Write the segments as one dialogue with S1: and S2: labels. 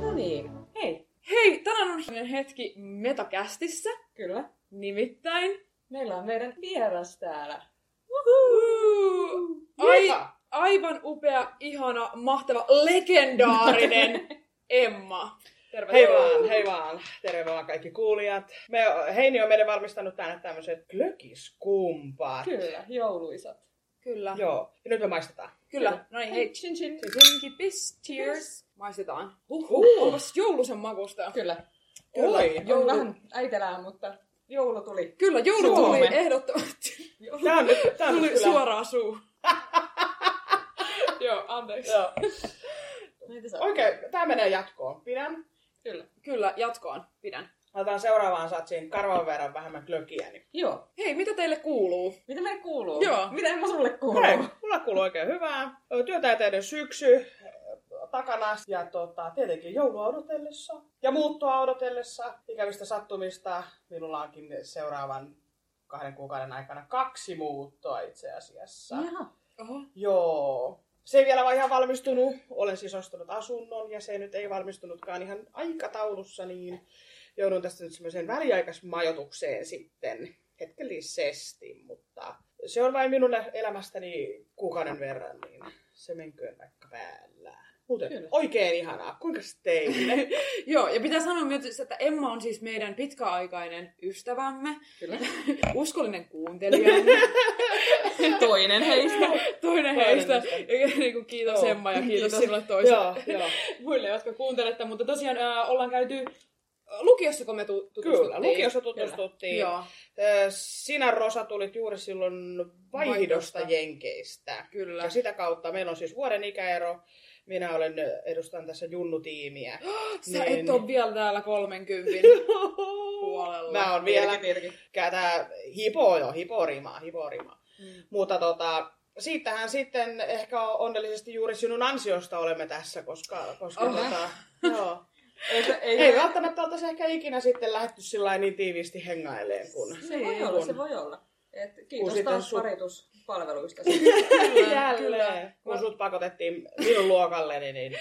S1: No niin.
S2: Hei,
S1: Hei, tänään on hieman hetki Metakästissä,
S2: kyllä.
S1: nimittäin.
S2: Meillä on meidän vieras täällä.
S1: Uhu! Ai, aivan upea, ihana, mahtava, legendaarinen Emma.
S3: Hei
S1: Tervetuloa.
S3: vaan, hei vaan. Terve vaan kaikki kuulijat. Me, Heini on meille valmistanut tänne tämmöiset glökiskumpat.
S2: Kyllä, jouluisat.
S1: Kyllä.
S3: Joo, ja nyt me maistetaan.
S1: Kyllä. No niin, hei.
S2: chin chin.
S1: Kippis, cheers. Maistetaan.
S2: Uhu.
S1: Onpas joulusen makusta.
S2: Kyllä.
S3: Kyllä.
S1: Oi,
S2: Joulu.
S1: joulu.
S2: vähän äitelää, mutta joulu tuli.
S1: Kyllä, joulu
S2: Suomeen.
S1: tuli ehdottomasti. Joulu
S3: Tää on nyt, tää on nyt
S1: tuli
S3: kyllä.
S1: suoraan suuhun. Joo, anteeksi.
S3: Joo.
S2: Näitä saa.
S3: Oikein, tää menee jatkoon. Pidän.
S2: Kyllä.
S1: Kyllä, jatkoon. Pidän.
S3: Laitetaan seuraavaan satsiin karvan verran vähemmän glökiä. Niin.
S2: Joo.
S1: Hei, mitä teille kuuluu?
S2: Mitä meille kuuluu?
S1: Joo.
S2: Mitä mä sulle kuuluu?
S3: Hei, mulla kuuluu oikein hyvää. Ö, Työtä ja teidän syksy ö, takana ja tota, tietenkin joulua odotellessa ja muuttoa odotellessa ikävistä sattumista. Minulla onkin seuraavan kahden kuukauden aikana kaksi muuttoa itse asiassa.
S2: Jaha.
S1: Oho.
S3: Joo. Se ei vielä vaan ihan valmistunut. Olen siis ostanut asunnon ja se nyt ei valmistunutkaan ihan aikataulussa, niin joudun tästä nyt semmoiseen väliaikaismajoitukseen sitten hetkellisesti, mutta se on vain minun elämästäni kuukauden verran, niin se menköön vaikka päällä. Muuten
S2: Kyllä.
S3: Kyllä. oikein ihanaa. Kuinka teille?
S1: Joo, ja pitää sanoa myös, että Emma on siis meidän pitkäaikainen ystävämme,
S2: Kyllä.
S1: uskollinen kuuntelijamme,
S2: Toinen heistä.
S1: toinen
S3: Toinen
S1: heistä.
S3: ystävä.
S1: Ja niin kuin kiitos
S3: Joo.
S1: Emma ja kiitos
S3: Kiitos.
S1: sinulle toista
S3: joo, joo.
S1: muille, jotka kuuntelette. Mutta tosiaan ää, ollaan käyty ää, lukiossa, kun me tu- Niin. tutustuttiin.
S3: Kyllä, lukiossa
S1: Kyllä.
S3: tutustuttiin.
S1: Joo,
S3: Ö, Sinä, Rosa, tulit juuri silloin vaihdosta
S1: Vaihdosta.
S3: Jenkeistä.
S1: kyllä.
S3: Ja sitä kautta meillä on siis vuoden ikäero. Minä olen edustan tässä junnutiimiä.
S1: Sä
S3: niin.
S1: et ole vielä täällä 30 puolella.
S3: Mä oon vielä tää hipoo jo, hiporima, hiporima.
S1: Mm.
S3: Mutta tota, siitähän sitten ehkä on- onnellisesti juuri sinun ansiosta olemme tässä, koska, koska
S1: Oh.
S3: oh. tota, joo.
S2: Ei, se- ei,
S3: Ei välttämättä oltaisi ehkä ikinä sitten lähdetty sillä lailla niin tiiviisti hengaileen kun
S2: Se voi
S1: Niin
S2: olla,
S1: on.
S2: se voi olla. Et
S3: Kun
S2: kiitos
S3: sitten
S2: taas
S3: sun-
S2: parituspalveluista.
S1: Kyllä, kyllä.
S3: Jälleen. Kun sut pakotettiin minun luokalleni, niin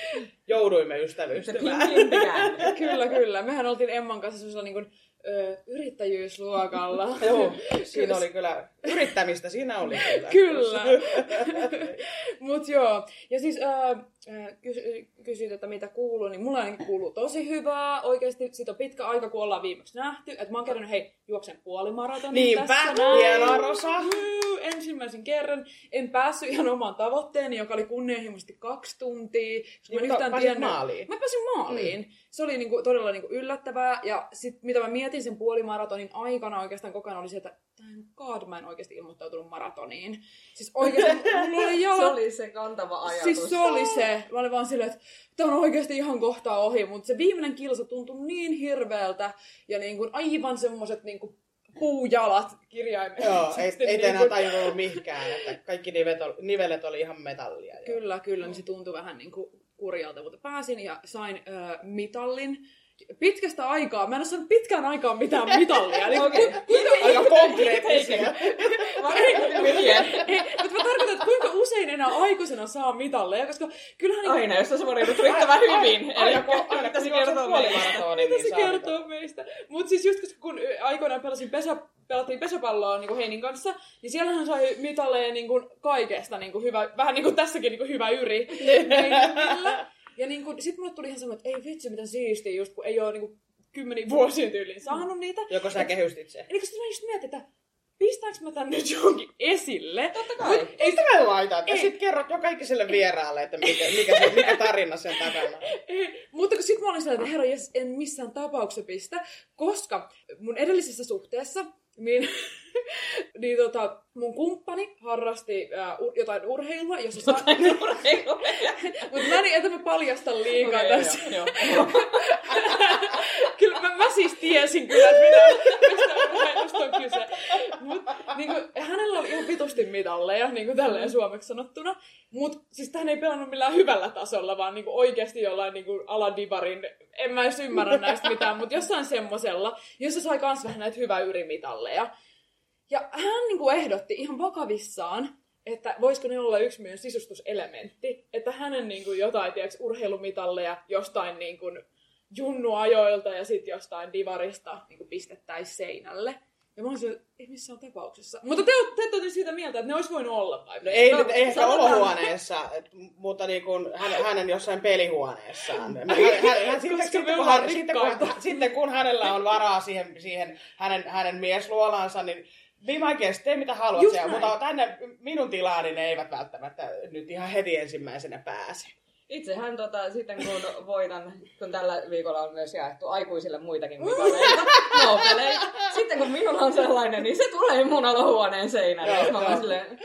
S3: jouduimme
S2: Se
S3: ystävyystymään.
S2: pinkin pidän.
S1: Kyllä, kyllä. Mehän oltiin Emman kanssa semmoisella niin kuin, ö, yrittäjyysluokalla.
S3: Joo, siinä oli kyllä yrittämistä, siinä oli kyllä.
S1: Kyllä. Mut joo. Ja siis öö, kysy, kysyit, että mitä kuuluu, niin mulla ainakin kuuluu tosi hyvää. Oikeasti siitä on pitkä aika, kun ollaan viimeksi nähty. Että mä oon kerännyt, hei, juoksen puolimaratonin
S3: Niinpä,
S1: tässä näin.
S3: hienoa Rosa.
S1: Juu, Ensimmäisen kerran en päässyt ihan omaan tavoitteeni, joka oli kunnianhimoisesti kaksi tuntia. Koska mä en
S3: Niin,
S1: yhtään
S3: pääsit
S1: tiennyt,
S3: maaliin.
S1: Mä pääsin maaliin. Mm. Se oli niinku, todella niinku yllättävää. Ja sit, mitä mä mietin sen puolimaratonin aikana oikeastaan koko ajan oli se, että thank god mä en oikeasti ilmoittautunut maratoniin. Siis oikeasti mulla oli
S2: Se
S1: jalat...
S2: oli se kantava ajatus.
S1: Siis se oli se. Mä olin vaan silleen, että tää on oikeasti ihan kohta ohi. Mutta se viimeinen kilsa tuntui niin hirveältä. Ja niinku aivan semmoset niinku puujalat kirjaimellisesti.
S3: Joo, ei, ei
S1: niinku-
S3: enää tajunnut mihinkään, että kaikki nivelet oli, nivelet oli ihan metallia. ja-
S1: Kyllä, kyllä, niin se tuntui vähän niin kuin kurjalta, mutta pääsin ja sain öö, mitallin. Pitkästä aikaa, mä en ole saanut pitkään aikaan mitään mitallia. Niin,
S2: Okei.
S1: okay. kuinka,
S3: Aika konkreettisia.
S2: Varmaan
S1: ei, mutta mä tarkoitan, että kuinka usein enää aikuisena saa mitalleja, koska kyllähän niin,
S2: Aina, jos sä suoriudut riittävän hyvin.
S3: Aina kun, aina kun
S2: se
S3: juokset
S2: kertoo meille?
S3: puolimaratonin,
S1: mitä
S3: niin
S1: se
S3: saa
S1: kertoo meistä. Mutta siis just koska kun aikoinaan pelasin pesä, pelattiin pesäpalloa niin kuin Heinin kanssa, niin siellähän sai mitalleja niin kuin kaikesta, niin kuin hyvä, vähän niin kuin tässäkin niin kuin hyvä yri. meiningillä. Ja niin kuin, sit mulle tuli ihan semmoinen, että ei vitsi, miten siistiä, just kun ei ole niin kuin, kymmeniin vuosiin tyyliin saanut niitä.
S3: Joko sä kehystit sen?
S1: Eli kun sit mä just mietin, että pistäänkö mä tän nyt johonkin esille? Totta
S2: kai.
S3: Ei sitä me laita. Ja
S1: Ei.
S3: sit kerrot jo kaikiselle vieraalle, että mikä, mikä, se, mikä tarina sen takana. on.
S1: Mutta kun sit mä olin sellainen, että herra, jes, en missään tapauksessa pistä, koska mun edellisessä suhteessa, niin, niin tota, mun kumppani harrasti ää, u- jotain urheilua, jossa sa- Mutta mä niin, että mä paljastan liikaa okay, tässä. kyllä mä, mä siis tiesin kyllä, että mitä, mistä urheilusta on kyse. Mut, niin kuin, hänellä oli ihan vitusti mitalleja, niin kuin tälleen suomeksi sanottuna. Mutta siis hän ei pelannut millään hyvällä tasolla, vaan niin kuin oikeasti jollain niin kuin aladivarin, en mä edes ymmärrä näistä mitään, mutta jossain semmosella, jossa sai kans vähän näitä hyvä yrimitalleja. Ja hän niin kuin ehdotti ihan vakavissaan, että voisiko ne olla yksi meidän sisustuselementti. Että hänen niin kuin jotain, tiedätkö, urheilumitalleja jostain niin kuin junnuajoilta ja sitten jostain divarista niin kuin pistettäisiin seinälle. Ja mä olisin, että ei missään tapauksessa. Mutta te, te olette siitä mieltä, että ne olisi voinut olla vai?
S3: No ei
S1: No,
S3: nyt ei ehkä
S1: sanotaan-
S3: olohuoneessa, et, mutta niin kuin hänen, hänen jossain pelihuoneessaan. Hän, hän, hän,
S1: Koska
S3: sitten,
S1: me
S3: sitten, kun
S1: ollaan
S3: hän, sitten, kun,
S1: rikkaita.
S3: sitten kun hänellä on varaa siihen, siihen hänen, hänen miesluolaansa, niin Viime oikeasti tee mitä haluat,
S1: Just
S3: siellä,
S1: näin.
S3: mutta tänne minun tilaani ne eivät välttämättä nyt ihan heti ensimmäisenä pääse.
S2: Itsehän tota, sitten kun voitan, kun tällä viikolla on myös jaettu aikuisille
S3: Mm.
S2: muitakin viikoleita, nopeleita. Sitten kun minulla on sellainen, niin se tulee mun olohuoneen seinälle.
S3: Joo,
S2: Mä
S3: joo.
S2: vaan silleen,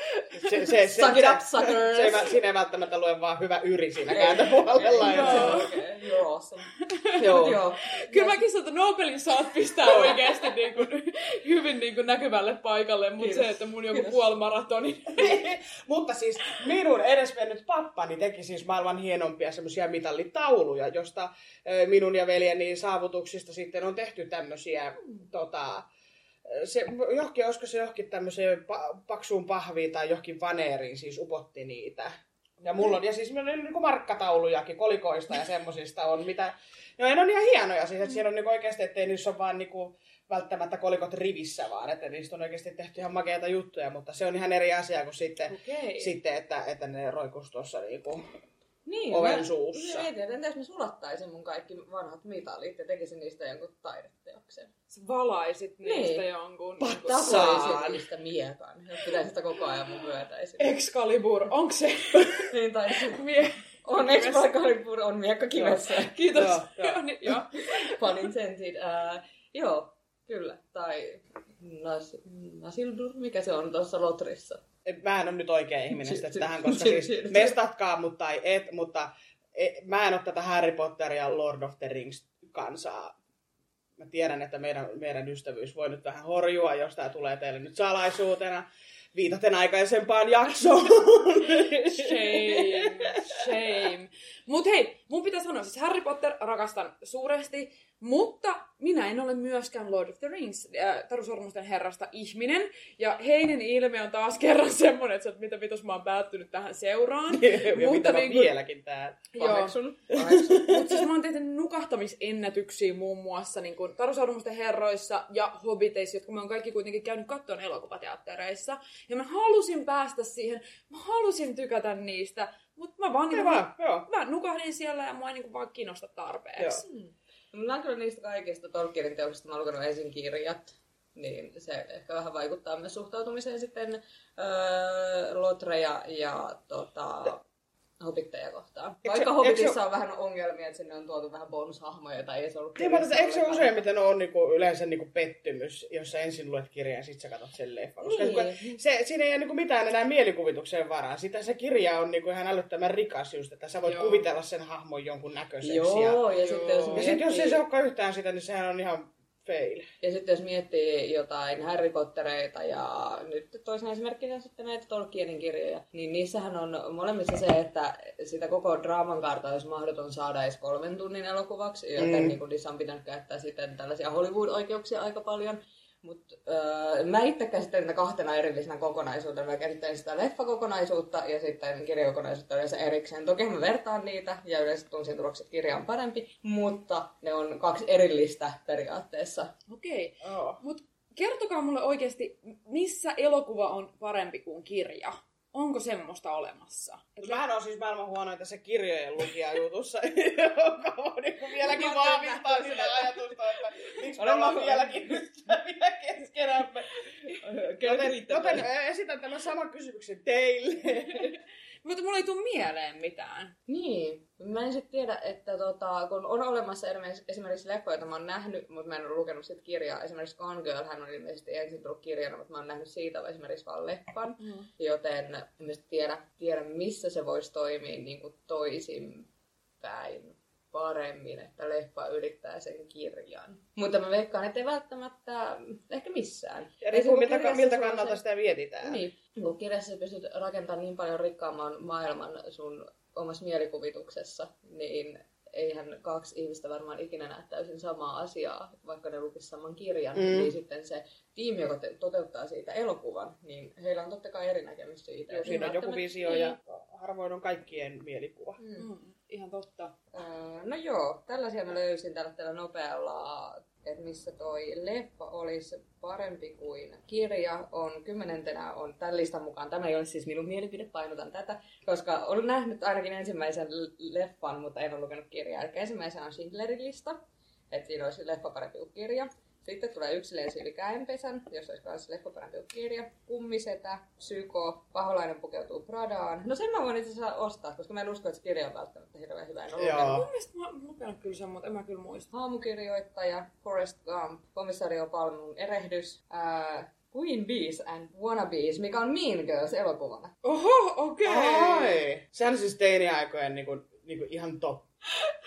S3: Se, se, se,
S2: Suck it
S3: se-
S2: up, suckers.
S3: Se, se, siinä ei välttämättä lue vaan hyvä yri siinä
S2: Ei.
S3: kääntöpuolella. että se-
S1: Joo.
S2: okay, you're awesome. Mut
S3: Joo.
S2: joo.
S1: Kyllä mäkin sanon, että Nobelin saat pistää oikeasti niin kuin, hyvin niin kuin näkyvälle paikalle, mutta
S2: Kiitos.
S1: se, että mun joku
S2: Kiitos.
S1: puolimaratoni.
S3: Mutta siis minun edesmennyt pappani teki siis maailman hienompia semmoisia mitallitauluja, josta ö, minun ja veljeni saavutuksista sitten on tehty tämmöisiä tota, ö, se, johonkin, olisiko se johonkin tämmöiseen pa, paksuun pahviin tai johonkin vaneeriin siis upotti niitä. Ja mulla on, ja siis meillä on niinku markkataulujakin kolikoista ja semmosista on, mitä, no ne on ihan hienoja siis, että siellä on niinku oikeasti, ettei niissä ole vaan niinku välttämättä kolikot rivissä vaan, että niistä on oikeasti tehty ihan makeita juttuja, mutta se on ihan eri asia kuin sitten,
S1: Okei.
S3: sitten että, että ne roikuisi tuossa niinku.
S2: Niin,
S3: Oven
S2: mä-
S3: suussa.
S2: Mä mietin, että entäs mä sulattaisin mun kaikki vanhat mitalit ja tekisin niistä jonkun taideteoksen.
S1: Sä valaisit
S2: Niin.
S1: niistä jonkun.
S3: Patta. Saan.
S2: Tasoisin niistä miekan. Ja pitäisin sitä koko ajan mun myötäisin.
S1: Excalibur, onko se?
S2: Niin, tai sit-
S1: Mie...
S2: on Excalibur, on miekka kivessä.
S1: Kiitos.
S3: Joo,
S1: Joo,
S3: joo.
S1: joo. niin, joo.
S2: Pun intended. Ää, joo, kyllä. Tai Nas, Nasildur, mikä se on tuossa Lotrissa.
S3: Et Mä en ole nyt oikea ihminen sitä
S2: Si-
S3: tähän,
S2: si-
S3: koska
S2: si-
S3: siis
S2: si-
S3: mestatkaa mut tai et, mutta e- mä en ole tätä Harry Potter ja Lord of the Rings kansaa. Mä tiedän, että meidän, meidän ystävyys voi nyt vähän horjua, jos tää tulee teille nyt salaisuutena. Viitaten aikaisempaan jaksoon.
S1: Shame, shame. Mut hei, mun pitää sanoa, siis Harry Potter rakastan suuresti, mutta minä en ole myöskään Lord of the Rings, äh, Taru Sormusten herrasta ihminen. Ja Heinen ilme on taas kerran semmonen, että sä oot, mitä vitos mä oon päättynyt tähän seuraan.
S3: ja mitä
S1: Mutta
S3: mä
S1: niin
S2: niinku-
S1: kuin-
S3: vieläkin täällä.
S1: Joo.
S2: Paheksun. Paheksun.
S1: Mutta siis mä oon tehnyt nukahtamisennätyksiä muun muassa niin kun Tarusaurumusten herroissa ja Hobbiteissa, jotka mä oon kaikki kuitenkin käynyt kattoon elokuvateattereissa. Ja mä halusin päästä siihen, mä halusin tykätä niitä, mutta mä vaan,
S2: Niinku-
S1: niin kun,
S3: Hyvä, joo.
S1: mä nukahdin siellä ja mua ei niin kun vaan kiinnosta tarpeeksi.
S2: Mulla on Mm. kyllä niistä kaikista Tolkienin teoksista, mä oon lukenut ensin kirjat, niin se ehkä vähän vaikuttaa myös suhtautumiseen sitten öö, Lotreja ja tota, Hobbitteja kohtaan.
S3: se-
S2: Vaikka
S3: eikö se-
S2: Hobbitissa on vähän ongelmia, että sinne on tuotu vähän bonus-hahmoja tai ei se ollut
S3: Niin, mä
S2: kirjassa
S3: tätä, eikö se
S2: ollenkaan.
S3: useimmiten ole niinku, yleensä niinku pettymys, jos sä ensin luet kirjan ja sit sä katsot sen leffan? Koska
S2: Niin.
S3: niin. se, siinä ei ole niinku mitään enää mielikuvitukseen varaa. Sitä se kirja on niinku ihan älyttömän rikas just, että sä voit Joo.
S1: Joo.
S3: kuvitella sen hahmon jonkun näköiseksi. Ja,
S2: Joo, ja, sitten jos
S1: Joo.
S3: ja
S2: miettii,
S3: sit jos ei se olekaan yhtään sitä, niin sehän on ihan fail.
S2: ja sitten jos miettii jotain Harry Pottereita ja nyt toisena esimerkkinä sitten näitä Tolkienin kirjoja, niin niissähän on molemmissa se, että sitä koko draaman kaarta olisi mahdoton saada edes kolmen tunnin elokuvaksi, joten
S3: Mm.
S2: mm. niin kuin niissä on pitänyt käyttää sitten tällaisia Hollywood-oikeuksia aika paljon. Mutta öö, mä itse käsittelen niitä kahtena erillisenä kokonaisuutena. Mä käsittelen sitä leffakokonaisuutta ja sitten kirjakokonaisuutta yleensä erikseen. Toki mä vertaan niitä ja yleensä tunsin tulokset että kirja on parempi, mutta ne on kaksi erillistä periaatteessa.
S1: Okei,
S3: Joo.
S1: mutta kertokaa mulle oikeasti, missä elokuva on parempi kuin kirja? Onko semmoista olemassa?
S3: Mut mähän on siis maailman huonoin tässä kirjojen lukija jutussa, joka on niinku vieläkin
S2: Mä
S3: vahvistaa
S2: oon
S3: sitä ajatusta, että miksi me
S2: Olen
S3: ollaan
S2: mä-
S3: vieläkin ystäviä keskenämme. Joten, joten esitän tämän saman kysymyksen teille.
S1: Mutta mulla ei tule mieleen mitään.
S2: Niin. Mä en sitten tiedä, että tota, kun on olemassa esimerkiksi- esimerkiksi leffoja, joita mä oon nähnyt, mutta mä en ole lukenut sitä kirjaa. Esimerkiksi Gone Girl, hän on ilmeisesti ensin tullut kirjana, mutta mä oon nähnyt siitä esimerkiksi vaan leffan.
S1: Mm.
S2: Joten en mä sit tiedä, tiedä, missä se voisi toimia niin kuin toisinpäin paremmin, että leffa ylittää sen kirjan. Mutta mä veikkaan, ettei välttämättä ehkä missään.
S3: Ja
S2: Ei se,
S3: riippuu
S2: kun
S3: miltä,
S2: kirjassa
S3: miltä
S2: sulla on
S3: kannalta
S2: se-
S3: sitä vietitään.
S2: Niin, kun kirjassa sä pystyt rakentamaan niin paljon rikkaamaan maailman sun omassa mielikuvituksessa, niin eihän kaksi ihmistä varmaan ikinä näe täysin samaa asiaa, vaikka ne lukisivat saman kirjan,
S3: Mm.
S2: mm. niin sitten se tiimi, joka te- toteuttaa siitä elokuvan, niin heillä on totta kai eri näkemys siitä.
S3: Joo,
S2: että
S3: siinä on joku
S2: välttämättä- niin.
S3: visio ja harvoin on kaikkien mielikuva.
S2: Mm.
S1: Mm, ihan totta.
S2: Öö, No joo, tällaisia mä löysin tällä tällä nopealla, että missä toi leffa olisi parempi kuin kirja on kymmenentenä on tämän listan mukaan. Tämä ei ole siis minun mielipide, painotan tätä, koska olen nähnyt ainakin ensimmäisen l- leffan, mutta en ole lukenut kirjaa. Eli ensimmäisenä on Schindlerin lista, että siinä olisi leffa parempi kuin kirja. Sitten tulee yksilön yli käenpesän, jos olisi myös leffa parempi kuin kirja. Kummisetä, psyko, paholainen pukeutuu Pradaan. No sen mä voin itse asiassa ostaa, koska mä en usko, että se kirja on välttämättä hirveän hyvä. En ole lukenut.
S1: Mun mielestä mä oon lukenut kyllä sen, mutta en mä kyllä muista.
S2: Haamukirjoittaja, Forrest Gump, komissario Palmun erehdys, ää, Queen Bees and Wannabes, mikä on Mean Girls elokuvana.
S1: Oho, okei.
S3: Ai! Sehän on siis teiniaikojen niinku, niinku ihan top.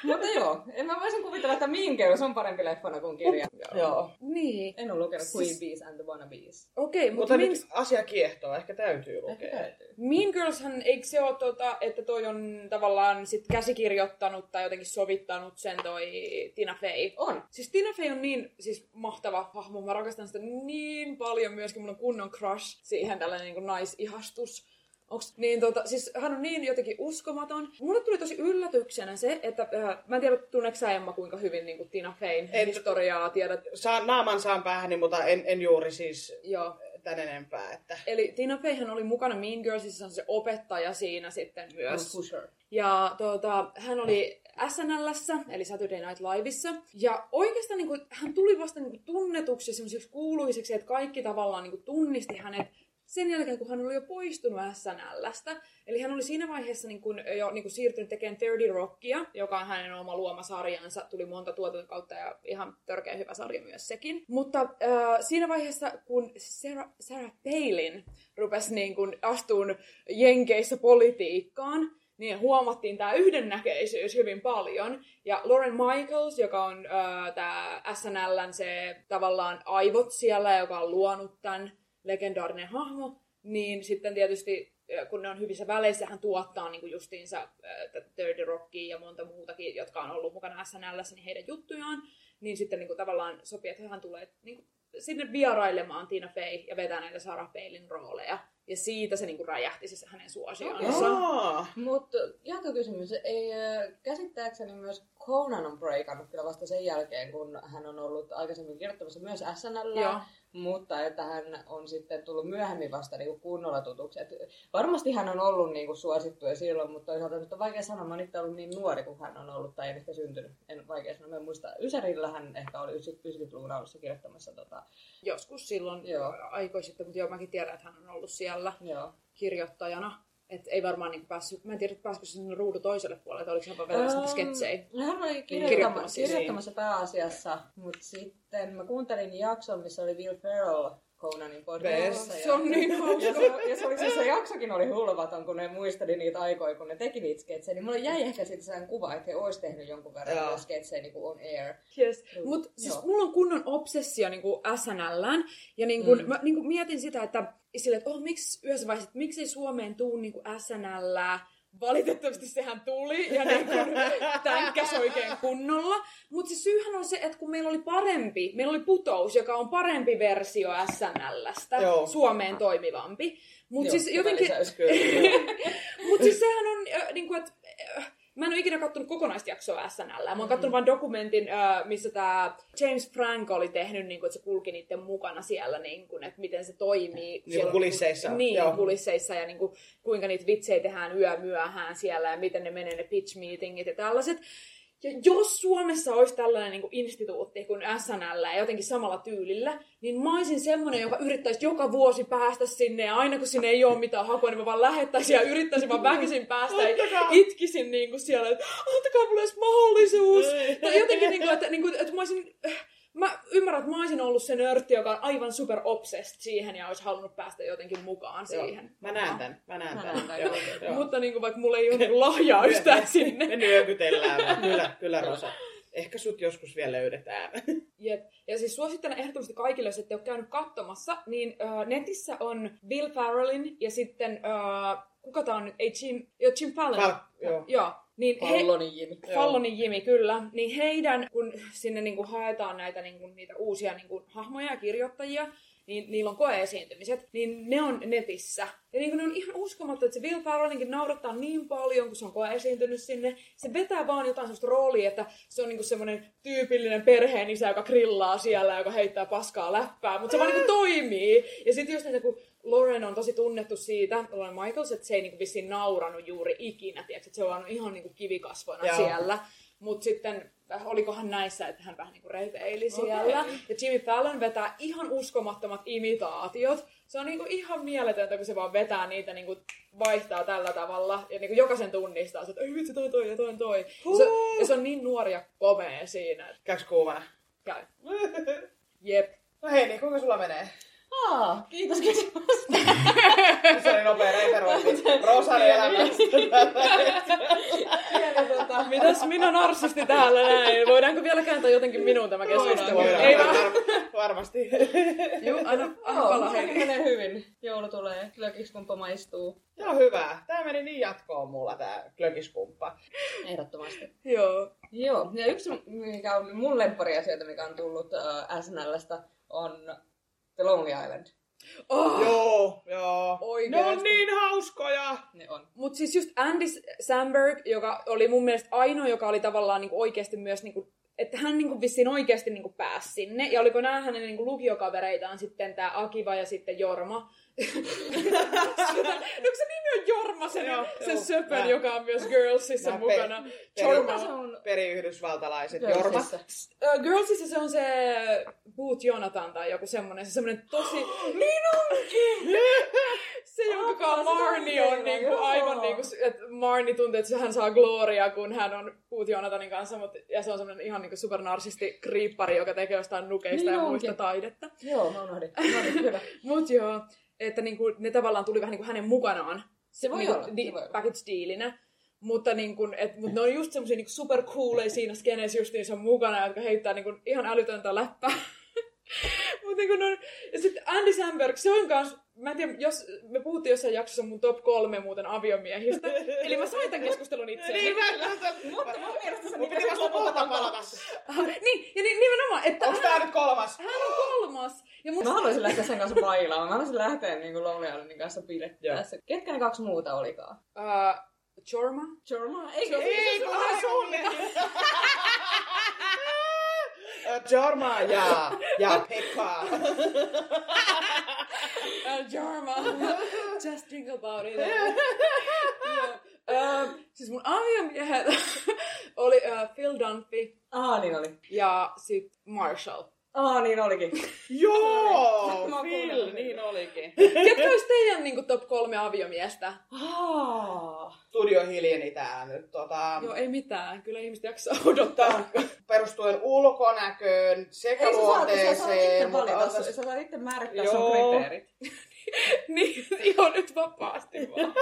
S2: Mutta joo, en mä voisin kuvitella, että Mean Girls on parempi leffana kuin kirja.
S3: Joo.
S1: Niin.
S2: En ole lukenut Queen
S1: Siis-
S2: Bees and the Wannabes.
S1: Okei,
S3: Mutta
S1: mutta
S3: nyt
S1: min...
S3: asia kiehtoo, ehkä täytyy lukea.
S2: Ehkä täytyy.
S1: Mean Girlshan, eikö se ole tota, että toi on tavallaan sit käsikirjoittanut tai jotenkin sovittanut sen toi Tina Fey?
S2: On.
S1: Siis Tina Fey on niin siis mahtava hahmo, mä rakastan sitä niin paljon myöskin, mun on kunnon crush siihen tällainen niin kuin naisihastus. Onks, niin tota, siis hän on niin jotenkin uskomaton. Mulle tuli tosi yllätyksenä se, että äh, mä en tiedä tunneeko sä Emma kuinka hyvin niin kuin Tina Feyn
S3: En.
S1: historiaa tiedät.
S3: Saan, naaman saan päähäni, mutta en, en juuri siis
S1: Joo.
S3: tän enempää. Että.
S1: Eli Tina Feyhän oli mukana Mean Girlsissa, se on se opettaja siinä sitten myös.
S2: Pusher.
S1: Ja tuota, hän oli SNLssä, eli Saturday Night Liveissa. Ja oikeastaan niin kuin, hän tuli vasta niin kuin, tunnetuksi semmoiseksi kuuluiseksi, että kaikki tavallaan niin kuin, tunnisti hänet sen jälkeen, kun hän oli jo poistunut SNLstä. Eli hän oli siinä vaiheessa niin kuin, jo niin kuin, siirtynyt tekemään 30 Rockia, joka on hänen oma luoma sarjansa. Tuli monta tuotantokautta ja ihan törkeä hyvä sarja myös sekin. Mutta äh, siinä vaiheessa, kun Sarah, Sarah Palin rupesi niin kuin, astuun Jenkeissä politiikkaan, niin huomattiin tämä yhdennäköisyys hyvin paljon. Ja Lauren Michaels, joka on äh, tämä SNLn se tavallaan aivot siellä, joka on luonut tämän legendaarinen hahmo, niin sitten tietysti ö, kun ne on hyvissä väleissä, hän tuottaa niin kuin justiinsa ö, tätä Dirty Rockia ja monta muutakin, jotka on ollut mukana SNLssä, niin heidän juttujaan, niin sitten niin kuin tavallaan sopii, että hän tulee niin kuin, sinne vierailemaan Tina Fey ja vetää näitä Sarah Palin rooleja. Ja siitä se niin kuin räjähti siis hänen suosioonsa.
S2: Joo.
S3: Aa,
S2: Mutta äh, jatkokysymys. Ei, äh, käsittääkseni myös Conan on breikannut kyllä vasta sen jälkeen, kun hän on ollut aikaisemmin kirjoittamassa myös SNL.
S1: Joo.
S2: mutta että hän on sitten tullut myöhemmin vasta niin kunnolla tutuksi. Et varmasti hän on ollut niin kuin, suosittu jo silloin, mutta toisaalta nyt on vaikea sanoa, mä oon itse ollut niin nuori kuin hän on ollut, tai en ehkä syntynyt, en vaikea sanoa, mä en muista. Ysärillä hän ehkä oli 90-luvun alussa kirjoittamassa tota,
S1: joskus silloin
S2: Joo.
S1: aikoi sitten, mutta joo, mäkin tiedän, että hän on ollut siellä
S2: joo.
S1: kirjoittajana. Et ei varmaan niin päässyt, mä en tiedä, pääsikö se sinne ruudun toiselle puolelle, tai oliko hän vaan vetämässä niitä sketsejä.
S2: Öm, Hän Ähm, oli
S1: kirjoittamassa
S2: kirjoittamassa,
S1: siis.
S2: kirjoittamassa pääasiassa, mutta sitten mä kuuntelin jakson, missä oli Will Ferrell Conanin podcastissa.
S3: Best.
S2: ja-
S1: Se on niin
S2: Ja
S1: hauska.
S2: se, ja se, oli, siis se jaksokin oli hulvaton, kun ne muisteli niitä aikoja, kun ne teki niitä sketsejä. Niin mulle jäi ehkä siitä sellainen kuva, että he olisi tehnyt jonkun verran
S3: Joo.
S2: yeah. sketsejä niin kuin on air.
S1: Yes. Mutta siis
S2: Joo.
S1: mulla on kunnon obsessio niin SNLään, ja niin kuin,
S2: Mm.
S1: mä niin kuin mietin sitä, että sille, että oh, miksi yhdessä vaiheessa, että miksei Suomeen tuu niin kuin SNLää, Valitettavasti sehän tuli ja niin kuin tänkkäs oikein kunnolla. Mutta se syyhän on se, että kun meillä oli parempi, meillä oli putous, joka on parempi versio SNLstä,
S3: Joo.
S1: Suomeen toimivampi. Mutta
S2: Joo,
S1: siis
S2: hyvä
S1: jotenkin,
S2: lisäys.
S3: kyllä.
S1: mutta siis sehän on, äh, niin kuin, että äh, mä en ole ikinä kattonut kokonaista jaksoa SNL.
S3: Mm-hmm.
S1: Mä oon kattonut vain dokumentin, äh, missä tämä James Franco oli tehnyt, niin kuin, että se kulki niiden mukana siellä, niin kuin, että miten se toimii.
S3: kuin
S1: Siellä on-
S3: kulisseissa,
S1: Niin,
S3: joo.
S1: kulisseissa ja niin kuin, kuinka niitä vitsejä tehdään yö myöhään siellä ja miten ne menee ne pitch meetingit ja tällaiset. Ja jos Suomessa olisi tällainen niin kuin instituutti kuin SNL ja jotenkin samalla tyylillä, niin mä olisin semmoinen, joka yrittäisi joka vuosi päästä sinne ja aina kun sinne ei ole mitään hakua, niin mä vaan lähettäisin ja yrittäisin vaan väkisin päästä ja
S3: Ottakaa.
S1: itkisin niin kuin siellä, että antakaa mulle edes mahdollisuus.
S3: Ei.
S1: Tai jotenkin, niin kuin, että, niin kuin, että mä olisin... Mä ymmärrän, että mä olisin ollut se nörtti, joka on aivan super obsessed siihen ja olisi halunnut päästä jotenkin mukaan
S3: Joo.
S1: siihen.
S3: Mä näen tän, mä näen
S2: Mä
S3: tän.
S2: näen tän,
S3: Joo,
S2: joo.
S3: joo.
S1: Mutta niin kuin, vaikka mulla ei ole niin lahjaa yhtään sinne.
S3: Me nyökytellään, vaan kyllä, kyllä Rosa. Ehkä sut joskus vielä löydetään.
S1: Jep. Ja siis suosittelen ehdottomasti kaikille, jos ette ole käynyt katsomassa, niin äh, netissä on Bill Farrellin ja sitten, äh, kuka tää on nyt, ei Jim, joo, Jim Fallon.
S3: Pal- joo.
S1: Joo. Niin he,
S2: Pallonin Jimi.
S1: Fallonin Jimi, kyllä. Niin heidän, kun sinne niin kuin haetaan näitä niin kuin, niitä uusia niin kuin, hahmoja ja kirjoittajia, niin niillä on koeesiintymiset, niin ne on netissä. Ja niin kuin ne on ihan uskomatta, että se Will Farrellinkin naurattaa niin paljon, kun se on koeesiintynyt sinne. Se vetää vaan jotain sellaista roolia, että se on niin kuin semmoinen tyypillinen perheen isä, joka grillaa siellä, joka heittää paskaa läppää, mutta se vaan niin kuin toimii. Ja sitten just näitä, kun Lauren on tosi tunnettu siitä, Lauren Michaels, että se ei niin kuin vissiin nauranut juuri ikinä, tiedätkö, että se on vaan ihan niin kuin kivikasvona
S3: Joo.
S1: siellä. Mutta sitten äh, olikohan näissä, että hän vähän niin kuin reiteili siellä. Ja Jimmy Fallon vetää ihan uskomattomat imitaatiot. Se on niin kuin ihan mieletöntä, kun se vaan vetää niitä, niin kuin vaihtaa tällä tavalla. Ja niin kuin jokaisen tunnistaa, se, että ei vitsi, toi on toi ja toi on toi. Ja se, ja se on niin nuori ja komea siinä, että
S3: Käykö kuumana?
S1: käy. Jep.
S3: No hei, niin kuinka sulla menee?
S2: Aa, kiitos kysymästä.
S3: Se oli nopea referointi. Rosan elämästä.
S2: Eli tota,
S1: Mitäs minä narsisti täällä näin? Voidaanko vielä kääntää jotenkin minuun tämä keskustelu?
S3: Voidaan,
S1: Ei vaan.
S3: var- Varmasti.
S1: Juu, anna, anna
S2: joo,
S1: palaa.
S2: kaikki menee hyvin. Joulu tulee, lökikskumpa maistuu.
S3: Joo, hyvä. Tää meni niin jatkoon mulla tää klökiskumppa.
S2: Ehdottomasti.
S1: Joo.
S2: Joo, ja yksi mikä on mun lemppariasioita, mikä on tullut äh, SNLstä, on The Lonely Island.
S1: Oh. No
S3: Joo, joo.
S1: Oikeesti.
S3: Ne on niin hauskoja.
S2: Ne on.
S1: Mutta siis just Andy Samberg, joka oli mun mielestä ainoa, joka oli tavallaan niinku oikeasti myös, niinku, että hän niinku vissiin oikeasti niinku pääsi sinne. Ja oliko nämä hänen niinku lukiokavereitaan sitten tämä Akiva ja sitten Jorma. Onko se nimi on Jorma, sen,
S3: Joo,
S1: sen
S3: joo.
S1: söpön,
S3: Nää-
S1: joka on myös Girlsissa
S3: nää pe-
S1: mukana.
S3: pe-
S1: Jorma.
S2: Se on
S3: Periyhdysvaltalaiset. Jorma.
S2: siis-
S1: Ö, Girlsissa se on se äh, Boot Jonathan tai joku semmonen, se semmonen tosi... niin onkin! se, jonka
S2: Apua,
S1: kanssa
S2: se
S1: Marni on
S2: on
S1: niinku
S2: joo.
S1: aivan niinku, että Marni tuntee, että hän saa gloriaa, kun hän on Boot Jonathanin kanssa, mut, ja se on semmonen ihan niinku supernarsisti kriippari, joka tekee jostain nukeista
S2: Niin
S1: ja
S2: onkin.
S1: muista taidetta.
S2: Joo, mä unohdin. Mä unohdin, kyllä.
S1: Mut joo, että niinku, ne tavallaan tuli vähän niinku hänen mukanaan.
S2: Se voi
S1: niinku,
S2: olla, se voi olla.
S1: package dealinä. Mutta niin kun, et, mut ne on just semmosia niinku supercooleja siinä skeneessä just niissä on mukana, jotka heittää niinku ihan älytöntä läppää. Mut niin kun on, ja sitten Andy Samberg, se on kans, mä en tiedä, jos, me puhuttiin jossain jaksossa mun top kolme muuten aviomiehistä. Eli mä sain tämän keskustelun
S2: No
S1: itselleni.
S3: Niin, mä, mä,
S2: Mutta mun mielestä se
S3: Mun piti vasta lopulta palata.
S1: Aha, niin, ja niin, nimenomaan, että
S3: Onks tää nyt kolmas?
S1: hän on kolmas. Ja mun
S2: Mä haluaisin lähteä sen kanssa bailaamaan. Mä haluaisin lähteä niin kuin Lonely Islandin kanssa bilettää
S3: Joo.
S2: se. Ketkä ne kaksi muuta olikaan?
S1: Ää, Äh, Jorma?
S2: Jorma? Ei,
S1: Jorma.
S2: ei,
S3: Ei, kun mä suunnitelin. Jorma ja, ja Pekka.
S1: Al Jarma. Just think about it. Joo. Ö, siis mun aviomiehet oli ö, Phil Dunphy
S2: Aa, niin oli.
S1: ja sit Marshall.
S2: Aa, niin olikin.
S3: Joo,
S2: Mä oon
S3: Phil,
S2: kuunnellut.
S3: niin olikin.
S1: Ketkä olisi teidän niinku, top kolme aviomiestä?
S2: Aa.
S3: Studio hiljeni tää nyt. Tota,
S1: Joo, ei mitään. Kyllä ihmiset jaksaa odottaa.
S3: perustuen ulkonäköön,
S2: Ei, sä saat, sä saat
S3: sekaluonteeseen.
S2: itse
S3: mutta
S2: valita,
S3: otas-
S2: sä saat itse määrittää sun
S3: Joo.
S2: kriteerit.
S1: niin, ihan nyt vapaasti vaan.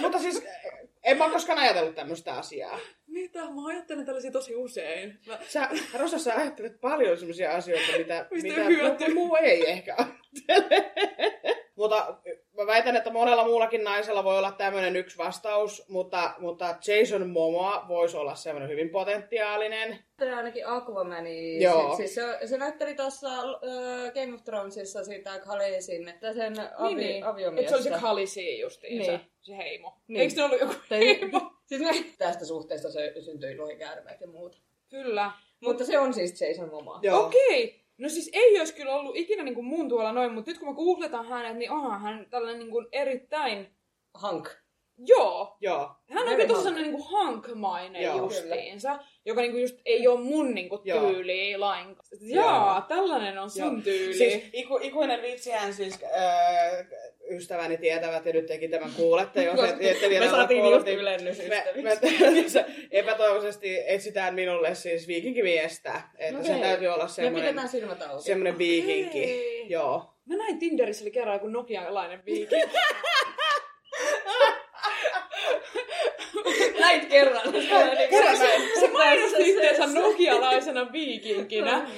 S3: Mutta siis eh, en mä oo koskaan ajatellut tämmöistä asiaa.
S1: Mitä? Mä ajattelen tällaisia tosi usein. Mä...
S3: Sä, Rosa, sä ajattelet paljon sellaisia asioita, mitä,
S1: Mistä
S3: mitä
S1: hyötyy?
S3: joku muu ei ehkä ajattele. mutta mä väitän, että monella muullakin naisella voi olla tämmöinen yksi vastaus, mutta, mutta Jason Momoa voisi olla semmoinen hyvin potentiaalinen.
S2: Tämä ainakin Aquamani.
S3: Joo.
S2: Joo. Siis se, se näytteli tuossa äh, Game of Thronesissa sitä Khaleesin, että sen avi, niin,
S1: Et se
S2: aviomiestä.
S1: oli se Kalisi justiinsa,
S2: Niin.
S1: se heimo.
S2: Niin.
S1: Eikö se ollut joku
S2: Tai-
S1: heimo?
S2: siis ne, tästä suhteesta se syntyi lohikäärmeet ja muuta.
S1: Kyllä.
S2: Mutta se on siis Jason Momoa.
S3: Joo.
S1: Okei. No siis ei olisi kyllä ollut ikinä niin kuin mun tuolla noin, mutta nyt kun mä googletan hänet, niin onhan hän tällainen niin kuin erittäin...
S2: Hank.
S1: Joo.
S3: Joo.
S1: Hän on
S2: Very
S1: kyllä tosi
S2: hunk.
S1: sellainen niin hankmainen
S3: Joo.
S1: justiinsa, joka niin kuin just ei ole mun niin kuin
S3: Joo.
S1: tyyli lainkaan.
S3: Joo.
S1: Jaa, tällainen on sun
S3: Joo.
S1: tyyli.
S3: Siis iku, ikuinen vitsihän siis äh, ystäväni tietävät ja nyt tekin tämän kuulette, jos et, ette vielä
S2: Me
S3: ole
S2: saatiin
S3: kuullut, niin
S2: just ylennys
S3: me, me,
S2: ystäviksi.
S3: se epätoivoisesti etsitään minulle siis viikinkimiestä, että okay. se
S2: Okei.
S3: täytyy olla
S2: No Me
S3: semmoinen,
S2: pidetään silmät auki.
S3: semmoinen viikinki.
S1: Okei.
S3: Joo.
S1: Mä näin Tinderissä oli kerran joku nokialainen viikin.
S2: Näit kerran.
S1: se mainosti yhteensä nokialaisena viikinkinä.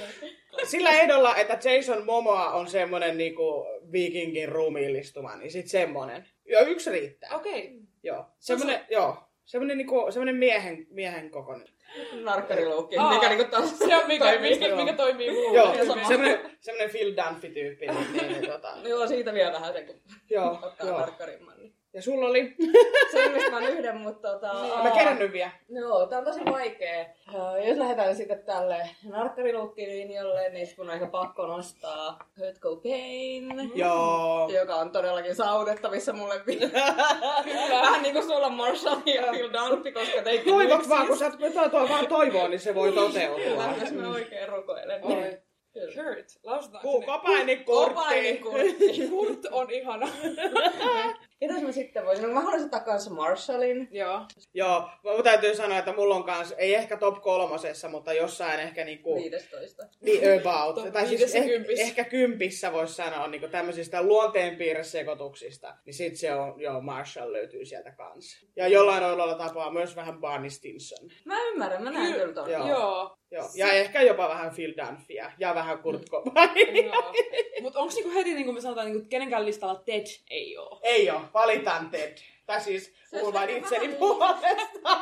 S3: sillä ehdolla, että Jason Momoa on semmoinen niinku viikingin ruumiillistuma, niin sit semmonen. Joo, yksi riittää.
S1: Okei. Okay.
S3: Joo. Semmonen, joo. Semmonen, niinku, semmonen miehen, miehen kokoinen.
S2: Narkkariloukki,
S1: Aa.
S2: mikä niinku taas
S1: Se on mikä,
S2: toimii.
S1: mikä, mikä toimii mulle.
S3: Joo,
S1: Hyvin.
S3: semmonen, semmonen Phil Dunphy-tyyppi. Niin, niin, tota.
S2: Joo, siitä vielä vähän sen, kun
S3: Joo,
S2: ottaa
S3: joo.
S2: narkkarimman. niin.
S3: Ja sulla oli?
S2: Se on just vaan yhden, mutta tota...
S3: Mä Mä kerännyt vielä.
S2: Joo, No, tää on tosi vaikea. Öö, Jos lähdetään sitten tälle narkkariluukkilinjalle, niin sit mun on ehkä pakko nostaa Hurt Cobain.
S3: Joo.
S2: Joka on todellakin saavutettavissa mulle vielä. Vähän niinku sulla Marshall ja Phil Dunphy, koska teitte
S3: Toivot
S2: miksi.
S3: vaan, kun sä oot tuo vaan toivoa, Siis- niin se voi toteutua.
S2: Kyllä, jos mä oikein rukoilen. niin
S3: Oi.
S2: Kyllä.
S1: Kurt, lausutaanko
S3: Kuu
S2: Opaini
S3: kopainikkortti.
S1: ne?
S2: kurtti.
S1: Kurt on ihana.
S2: Ketäs mä sitten voisin? Mä haluaisin ottaa kanssa Marshallin.
S1: Joo.
S3: Joo, mä täytyy sanoa, että mulla on kans, ei ehkä top kolmosessa, mutta jossain ehkä niinku...
S2: 15.
S3: Niin about.
S1: Top
S3: tai siis
S1: viidessä
S3: eh,
S1: kympissä.
S3: ehkä kympissä voisi sanoa niin tämmöisistä luonteenpiirresekoituksista. Niin sit se on, joo, Marshall löytyy sieltä kanssa. Ja jollain olalla tapaa myös vähän Barney Stinson.
S2: Mä ymmärrän, mä näen
S1: Ky-
S2: kyllä ton.
S3: Joo.
S1: Joo. Joo.
S3: Joo. Ja ehkä jopa vähän Phil Dunphia ja vähän Kurt Cobain.
S1: Mutta onko niinku heti, niinku me sanotaan, niinku, että kenenkään listalla Ted ei oo?
S3: Ei oo, valitan Ted. Tai siis,
S2: Se
S3: kuul vain
S2: olisi
S3: itseni
S2: vähän
S3: puolesta.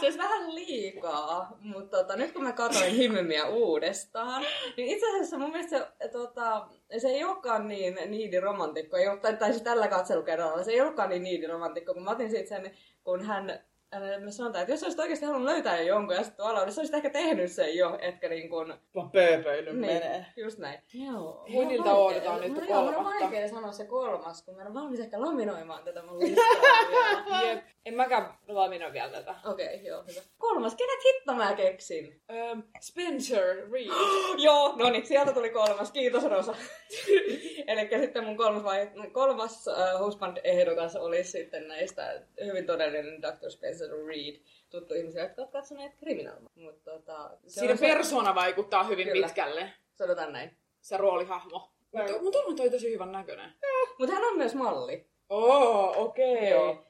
S2: Se olisi vähän liikaa, mutta tota, nyt kun mä katsoin Himmiä uudestaan, niin itse asiassa mun mielestä se, tota, se ei olekaan niin niidi romantikko, ei ollut, tai, tai siis tällä katselukerralla se ei olekaan niin niidi romantikko, kun mä otin siitä sen, kun hän, hänelle mä sanotaan, että jos olisit oikeasti halunnut löytää jo jonkun ja sitten tuolla olisi, olisit ehkä tehnyt sen jo, etkä niin kuin, niin,
S3: Mä pööpöilyn
S1: Niin.
S3: menee.
S2: just näin. Joo.
S1: Munilta
S2: Mulla on
S1: odotetaan
S2: vaikea-
S1: nyt
S2: Joo, mun on
S1: kolmatta.
S2: vaikea sanoa se kolmas, kun mä en ole valmis ehkä laminoimaan tätä mun listaa vielä.
S1: Jep. En mäkään laminoi vielä tätä.
S2: Okei, okay, joo, hyvä. Kolmas, kenet hitto mä keksin?
S1: Öm, Spencer Reed.
S2: Joo, no niin, sieltä tuli kolmas. Kiitos Rosa. Eli sitten mun kolmas, vai, kolmas uh, husband-ehdokas oli sitten näistä hyvin todellinen Dr. Spencer Reed. Tuttu ihmisille, jotka ovat katsoneet kriminaal. Mutta tota, se
S1: Siinä
S2: on se-
S1: persona vaikuttaa hyvin
S2: Kyllä.
S1: Kyllä. pitkälle.
S2: Sanotaan näin.
S1: Se roolihahmo.
S3: Joo.
S1: Mutta mut on toi tosi hyvän näköinen.
S2: Mutta hän on myös malli.
S1: Oo, okei.
S2: Joo.
S1: Okay.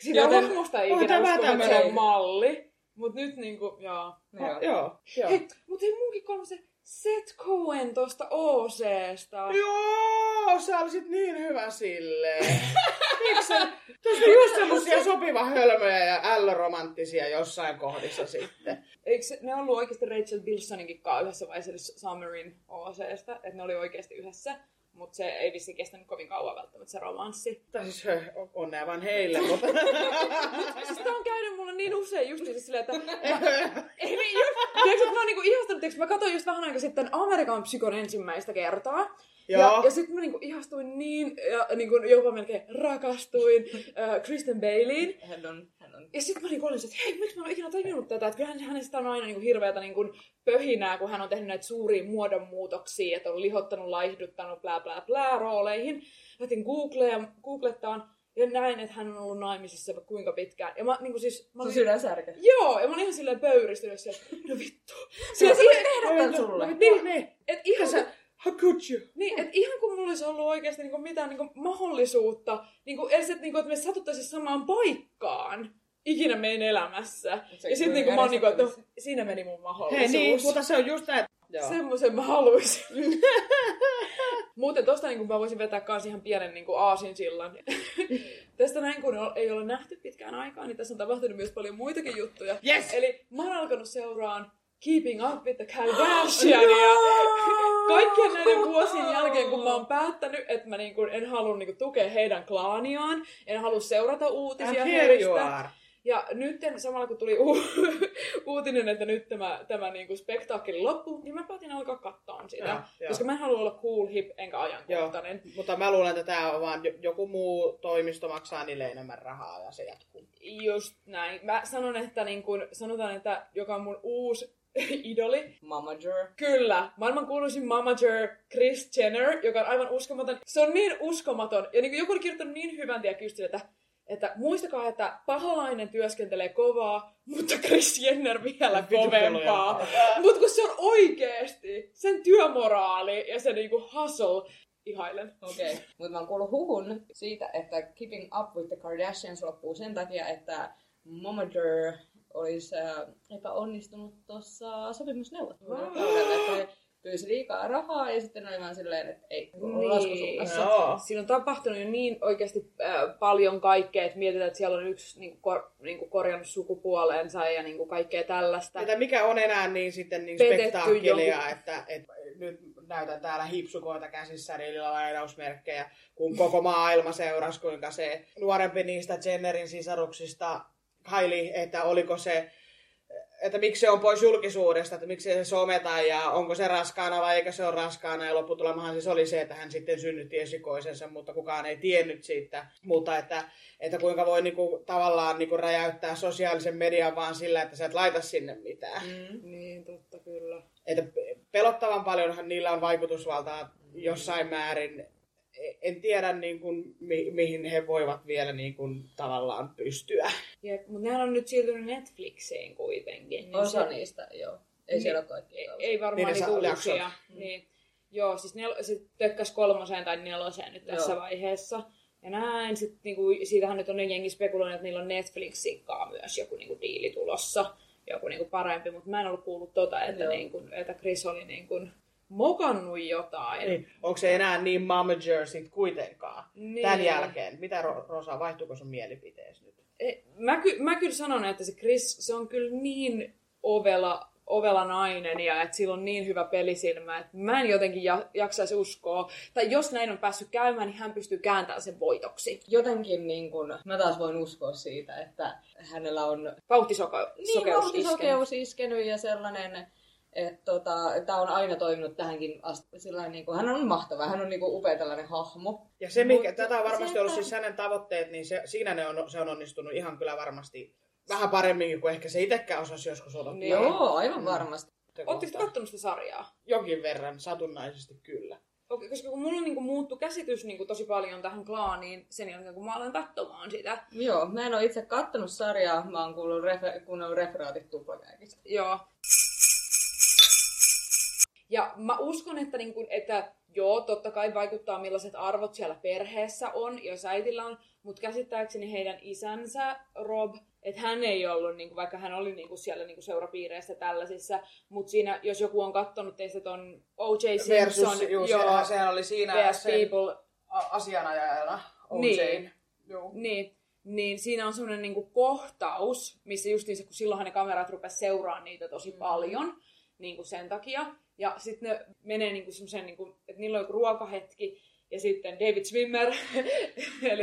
S1: Sillä
S2: Joten-
S1: Joten, musta ei
S3: on
S1: ikinä
S3: tämä
S1: uskonut, että se
S3: tämmönen-
S1: on malli. Mut nyt niinku, jaa.
S2: No, joo.
S3: Joo, joo.
S1: Hei, mut ei munkin kolme se Seth Cohen tosta OCsta.
S3: Joo, sä olisit niin hyvä sille. Miksi? Tuossa on just semmosia sopiva hölmöjä ja ällöromanttisia jossain kohdissa sitten.
S1: Eikö se- ne ollut oikeasti Rachel Bilsoninkin kanssa yhdessä vai se oli Summerin OCsta? Että ne oli oikeasti yhdessä. Mutta se ei vissiin kestänyt kovin kauan välttämättä se romanssi.
S3: Tai siis hö, onnea vaan heille, mutta...
S1: Siis tää on käynyt mulle niin usein just siis silleen, että... Mä, ei niin just, tiedätkö, että mä oon niinku ihastanut, tiedätkö, mä katsoin just vähän aikaa sitten Amerikan psykon ensimmäistä kertaa. Ja,
S3: Joo.
S1: ja sitten mä niinku ihastuin niin, ja niinku jopa melkein rakastuin äh, Kristen Baileyin.
S2: Hän on, hän on.
S1: Ja sitten mä niinku olin se, että hei, miksi mä en ole ikinä tajunnut tätä, että kyllähän hänestä on aina niinku hirveätä niinku pöhinää, kun hän on tehnyt näitä suuria muodonmuutoksia, että on lihottanut, laihduttanut, bla bla bla rooleihin. Lähdin Googleen, googlettaan ja näin, että hän on ollut naimisissa vaikka kuinka pitkään. Ja mä niinku siis... Mä
S2: Sun
S1: olin-
S2: sydän särkä.
S1: Joo, ja mä olin ihan silleen pöyristynyt siellä, no vittu.
S3: siis
S1: Siellä,
S2: Sä voit
S1: ihan,
S2: tehdä tän sulle.
S3: Niin, niin.
S1: et ihan,
S3: Sä, how could you?
S1: niin, et ihan kun mulla olisi ollut oikeasti niinku mitään niinku mahdollisuutta, niinku, edes et, niinku, että me satuttaisiin samaan paikkaan ikinä meidän elämässä.
S2: se
S1: ja
S2: ei
S1: sitten
S2: tule
S1: niinku, mä oon niinku, että no,
S2: järjestettävissä.
S1: siinä meni mun mahdollisuus.
S3: Hei niin, mutta se on just näin. Joo.
S1: Semmoisen mä haluaisin. Muuten tosta niin mä voisin vetää kans ihan pienen niin aasinsillan. Tästä näin kun ol- ei ole nähty pitkään aikaa, niin tässä on tapahtunut myös paljon muitakin juttuja.
S3: Yes!
S1: Eli mä oon alkanut seuraan Keeping Up with the Kardashiania. niin Kaikkien näiden vuosien jälkeen, kun mä oon päättänyt, että mä niin kuin en halua niin kuin tukea heidän klaaniaan, en halua seurata
S3: And
S1: uutisia
S3: here you
S1: heistä.
S3: are.
S1: Ja nyt samalla kun tuli u- uutinen, että nyt tämä, tämä niinku spektaakkeli loppu, niin mä päätin alkaa katsoa sitä.
S3: Joo,
S1: Ja,
S3: joo.
S1: koska mä en halua olla cool, hip, enkä ajankohtainen.
S3: Mutta mä luulen, että tää on vaan jo- joku muu toimisto maksaa niille enemmän rahaa ja se jatkuu.
S1: Just näin. Mä sanon, että niin kun, sanotaan, että joka on mun uusi idoli,
S2: Momager.
S1: Kyllä, maailman kuuluisin manager Chris Jenner, joka on aivan uskomaton. Se on niin uskomaton. Ja niin kuin joku oli kirjoittanut niin hyvän tiedä kystin, että, että muistakaa, että paholainen työskentelee kovaa, mutta Chris Jenner vielä
S3: Vittu
S1: kovempaa. Mutta kun se on oikeesti, sen työmoraali ja se niinku hustle, ihailen.
S2: Okei. Okay. Mutta mä oon kuullut huhun siitä, että Keeping Up with the Kardashians loppuu sen takia, että Momager olisi äh, epäonnistunut tuossa sopimusneuvottelussa. pyysi liikaa rahaa ja sitten oli vaan silleen, että ei, kun on
S1: Niin.
S2: laskusuunnassa.
S3: Joo.
S1: Siinä on tapahtunut jo niin oikeasti äh, paljon kaikkea, että mietitään, että siellä on yksi niin kuin, kor, niin kuin korjannut sukupuoleensa ja niin kuin kaikkea tällaista.
S3: Että mikä on enää niin sitten niin
S1: Petetty
S3: spektaakkelia,
S1: joku.
S3: että, että nyt näytän täällä hipsukoita käsissäni niillä lainausmerkkejä, kun koko maailma seurasi, kuinka se nuorempi niistä Jennerin sisaruksista haili, että oliko se että miksi se on pois julkisuudesta, että miksi se sometaan ja onko se raskaana vai eikö se ole raskaana. Ja lopputulemahan siis oli se, että hän sitten synnytti esikoisensa, mutta kukaan ei tiennyt siitä. Mutta että, että kuinka voi niinku, tavallaan niinku, räjäyttää sosiaalisen median vaan sillä, että sä et laita sinne mitään.
S2: Mm.
S1: Niin, totta kyllä.
S3: Että pe- pelottavan paljonhan niillä on vaikutusvaltaa jossain määrin. E- En tiedä, niin kuin, mi- mihin he voivat vielä niin kuin, tavallaan pystyä.
S1: Ja, mutta nehän on nyt siirtynyt Netflixiin kuitenkin. Niin
S2: Osa
S1: se-
S2: niistä, joo. Ei
S1: Niin.
S2: siellä ole kaikki.
S1: ei, ei varmaan
S3: Niiden
S1: niitä
S3: sa-
S1: uusia.
S3: jaksot.
S1: Niin. Joo, siis nel- se tökkäs kolmoseen tai neloseen nyt tässä
S2: Joo.
S1: vaiheessa. Ja näin, sit, niinku, siitähän nyt on ne jengi spekuloinut, että niillä on Netflixinkaan myös joku niinku, diili tulossa. Joku niinku, parempi, mutta mä en ollut kuullut tota, että,
S2: Joo.
S1: niinku, että Chris oli niinku, mokannut jotain.
S3: Niin, onko se enää niin mamager sit kuitenkaan
S1: Niin.
S3: tämän jälkeen? Mitä Ro- Rosa, vaihtuuko sun mielipiteesi nyt?
S1: E- Mä, ky- mä kyllä sanon, että se Chris, se on kyllä niin ovela, ovela nainen ja että sillä on niin hyvä pelisilmä, että mä en jotenkin ja- jaksaisi uskoa. Tai jos näin on päässyt käymään, niin hän pystyy kääntämään sen voitoksi.
S2: Jotenkin niin kun, mä taas voin uskoa siitä, että hänellä on
S1: Vauhtisokeus
S2: niin
S1: iskenyt.
S2: vauhtisokeus iskenyt ja sellainen, että tota, tämä on aina toiminut tähänkin asti. Sillain, niin kuin, hän on mahtava, hän on niin kuin, upea tällainen hahmo.
S3: Ja se, mikä,
S2: Mutta
S3: tätä on varmasti
S2: se,
S3: ollut
S2: että-
S3: siis hänen tavoitteet, niin se, siinä ne on, se on onnistunut ihan kyllä varmasti vähän paremmin kuin ehkä se itsekään osasi joskus odottaa.
S1: Niin.
S2: Joo, aivan varmasti.
S1: Oletteko te kattonut sitä sarjaa?
S3: Jokin verran, satunnaisesti kyllä.
S1: Okei, koska kun mulla niinku muuttu käsitys niinku tosi paljon tähän klaaniin sen jälkeen, kun mä aloin katsomaan sitä.
S2: Joo, mä en ole itse kattonut sarjaa, mä oon kuullut refer- kuunnellut referaatit tuplakäkistä.
S1: Joo. Ja mä uskon, että, niin kun, että joo, totta kai vaikuttaa millaiset arvot siellä perheessä on, jos äitillä on, mutta käsittääkseni heidän isänsä Rob, että hän ei ollut, niin kun, vaikka hän oli niin kun, siellä niin kun seurapiireissä tällaisissa, mutta siinä, jos joku on katsonut teistä ton O.J. Simpson,
S3: Versus, juu,
S1: joo,
S3: joo, sehän oli siinä
S1: vs.
S3: sen
S1: People,
S3: a- asianajajana OJ:n.
S1: Niin.
S3: Joo.
S1: Niin, niin siinä on semmoinen niinku kohtaus, missä just niin se, kun silloinhan ne kamerat rupes seuraamaan niitä tosi mm. paljon niinku sen takia. Ja sitten ne menee niinku semmoiseen, niinku, että niillä on joku ruokahetki, ja sitten David Swimmer, eli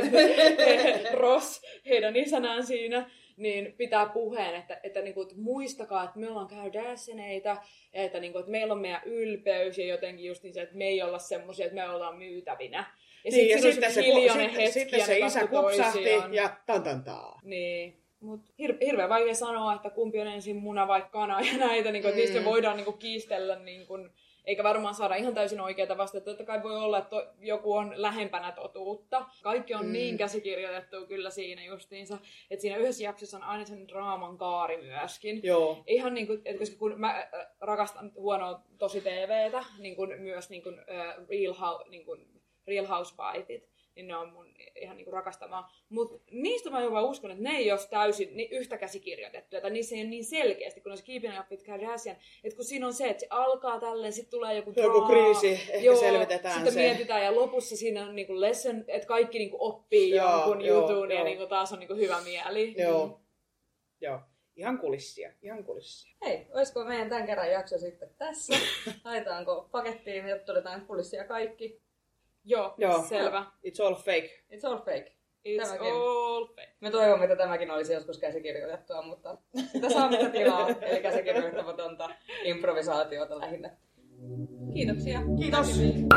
S1: Ross, heidän isänään siinä, niin pitää puheen, että, että, niinku, että muistakaa, että me ollaan Kardashianeita, ja että, niinku, että meillä on meidän ylpeys, ja jotenkin just niin se, että me ei olla semmoisia, että me ollaan myytävinä. Ja,
S3: Niin, ja
S1: siinä on
S3: sitten se,
S1: semmoinen hiljainen
S3: sitten,
S1: hetki,
S3: sitten
S1: ja
S3: se
S1: ne
S3: isä
S1: katsoo
S3: kupsahti
S1: toisiaan.
S3: ja tantantaa.
S1: Niin. Mut hir- hirveän vaikea sanoa, että kumpi on ensin muna vai kana ja näitä, niin kun, mm. niistä
S3: Mm.
S1: voidaan niin kun, kiistellä, niin kun, eikä varmaan saada ihan täysin oikeaa vastetta. Totta kai voi olla, että to- joku on lähempänä totuutta. Kaikki on
S3: Mm.
S1: mm. niin käsikirjoitettu kyllä siinä justiinsa, että siinä yhdessä jaksossa on aina sen draaman kaari myöskin.
S3: Joo.
S1: Ihan niin kuin, että koska kun mä äh, rakastan huonoa tosi TVtä, niin kuin myös niin kuin, äh, Real, Hou- niin kuin Real Housewiveit, niin ne on mun ihan niin kuin rakastamaa. Mutta niistä mä jopa uskon, että ne ei ole täysin niin yhtä käsikirjoitettuja, tai niissä ei ole niin selkeästi, kun on se Keeping Up with Kardashian, että kun siinä on se, että se alkaa tälleen, sitten tulee joku
S3: Joku
S1: draama,
S3: kriisi, ehkä selvitetään
S1: sitten
S3: se.
S1: mietitään ja lopussa siinä on niin kuin lesson, että kaikki niin kuin oppii
S3: Joo,
S1: jonkun
S3: joo,
S1: jutun ja
S3: joo.
S1: niin kuin taas on niin kuin hyvä mieli. Niin,
S3: Joo. Joo. Ihan kulissia, ihan kulissia.
S2: Hei, olisiko meidän tämän kerran jakso sitten tässä? Haetaanko pakettiin ja todetaan kulissia kaikki?
S1: Joo,
S3: Joo.
S1: selvä.
S3: It's all fake.
S2: It's all fake.
S1: It's
S2: Tämäkin.
S1: all fake.
S2: Me toivomme, että tämäkin olisi joskus käsikirjoitettua, mutta sitä saa mitä tilaa, eli käsikirjoittamatonta improvisaatiota lähinnä. Kiitoksia.
S3: Kiitos.
S2: Näkemiin.